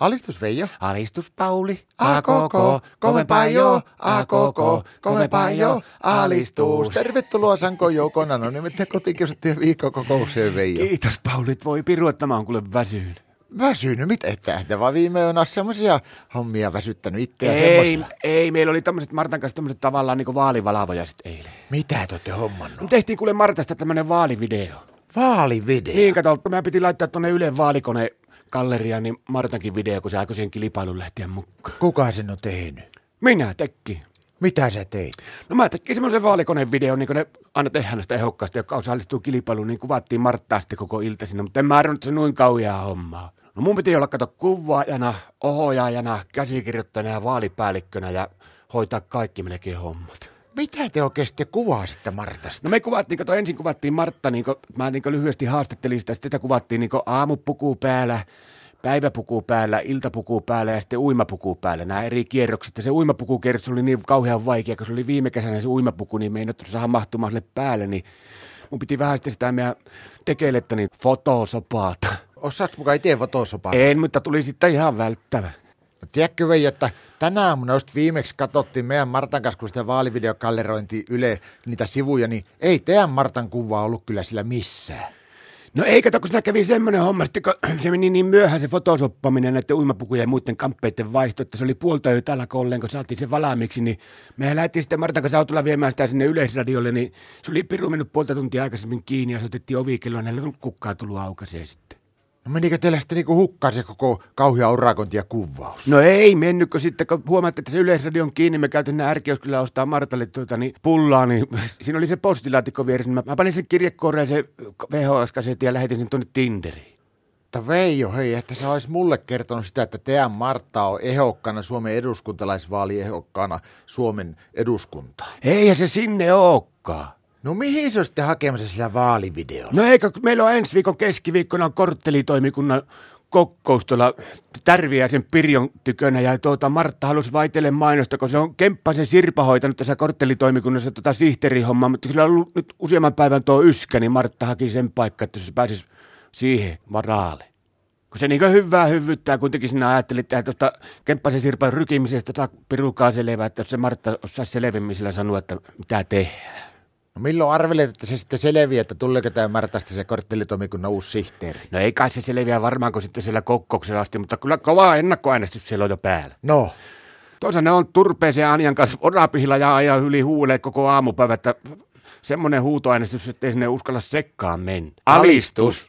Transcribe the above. Alistus Veijo. Alistus Pauli, A koko, kovempaa jo, a koko, kovempaa jo, alistus. Ter- Tervetuloa Sanko Joukona, no nimittäin kotikiusattiin viikkokokoukseen Veijo. Kiitos Pauli, voi pirua, tämä on kuule väsyyn. Väsynyt, mitä että te vaan viime yönä semmosia hommia väsyttänyt itseä Ei, semmosia. ei, meillä oli tämmöiset Martan kanssa tämmöiset tavallaan niinku vaalivalavoja sitten eilen. Mitä te ootte hommannut? Mut Tehtiin kuule Martasta tämmönen vaalivideo. Vaalivideo. Niin kato, kun mä piti laittaa tonne Ylen vaalikone galleriaan, niin Martankin video, kun se aikoi siihen kilpailuun lähteä mukaan. Kuka sen on tehnyt? Minä tekki. Mitä sä teit? No mä tekin semmoisen vaalikonevideon, niin kuin ne aina tehdään sitä ehokkaasti, joka osallistuu kilpailuun, niin kuvattiin Marttaa sitten koko ilta sinne, mutta en mä arvannut, että se noin kauheaa hommaa. No mun piti olla kato kuvaajana, ohjaajana, käsikirjoittajana ja vaalipäällikkönä ja hoitaa kaikki melkein hommat. Mitä te oikeasti kuvasitte Martasta? No me kuvattiin, kato ensin kuvattiin Martta, niin kuin, mä niin kuin lyhyesti haastattelin sitä, sitten sitä kuvattiin niin kuin aamupuku päällä, päiväpuku päällä, iltapuku päällä ja sitten uimapuku päällä. Nämä eri kierrokset. Ja se uimapukukierros oli niin kauhean vaikea, kun se oli viime kesänä se uimapuku, niin me ei nyt saada mahtumaan sille päälle, niin mun piti vähän sitten sitä meidän tekelettä niin fotosopaata. Osaaks mukaan itse fotosopaa? En, mutta tuli sitten ihan välttävä. No Tiedätkö Veijo, että tänä aamuna just viimeksi katsottiin meidän Martan kanssa, kun sitä vaalivideokallerointi Yle niitä sivuja, niin ei teidän Martan kuvaa ollut kyllä sillä missään. No ei, kato, kun siinä kävi semmoinen homma, sitten kun se meni niin myöhään se fotosoppaminen näiden uimapukujen ja muiden kamppeiden vaihto, että se oli puolta yötä alkoi olleen, kun saatiin se valmiiksi, niin me lähdettiin sitten Martan kanssa autolla viemään sitä sinne Yleisradiolle, niin se oli piru mennyt puolta tuntia aikaisemmin kiinni ja se otettiin ovikelloon, ja ei ollut kukaan tullut aukaseen sitten. No menikö teillä sitten niinku hukkaan se koko kauhea urakointi ja kuvaus? No ei mennytkö sitten, kun huomattiin, että se Yleisradio on kiinni, me käytiin nää ärkeuskillä ostaa Martalle tuota, niin pullaa, niin siinä oli se postilaatikko vieressä, niin mä, mä panin sen kirjekooreen sen VHS-kasetin ja lähetin sen tuonne Tinderiin. Mutta Veijo, hei, että sä ois mulle kertonut sitä, että teidän Martta on ehokkana Suomen eduskuntalaisvaaliehokkana Suomen eduskuntaan. Eihän se sinne olekaan. No mihin se on sitten hakemassa sillä vaalivideolla? No eikö, kun meillä on ensi viikon keskiviikkona on korttelitoimikunnan kokous tuolla Tärviäisen Pirjon tykönä ja tuota Martta halusi vaitelle mainosta, kun se on Kemppasen Sirpa hoitanut tässä korttelitoimikunnassa tuota sihteerihommaa, mutta sillä on ollut nyt useamman päivän tuo yskä, niin Martta haki sen paikka, että se pääsisi siihen varaalle. Kun se niin hyvää hyvyyttää, kuitenkin sinä ajattelit, että tuosta Kemppasen Sirpan rykimisestä saa pirukaa selvää, että jos se Martta osaisi selvemmin sillä sanoa, että mitä tehdään. No milloin arvelet, että se sitten selviää, että tuleeko tämä Martasta se korttelitoimikunnan uusi sihteeri? No ei kai se selviä varmaan, kun sitten siellä kokouksella asti, mutta kyllä kova ennakkoäänestys siellä on jo päällä. No, Toisaalta ne on turpeeseen Anjan kanssa orapihilla ja ajan yli huulee koko aamupäivä, että semmoinen huutoäänestys, ettei sinne uskalla sekkaan mennä. Alistus.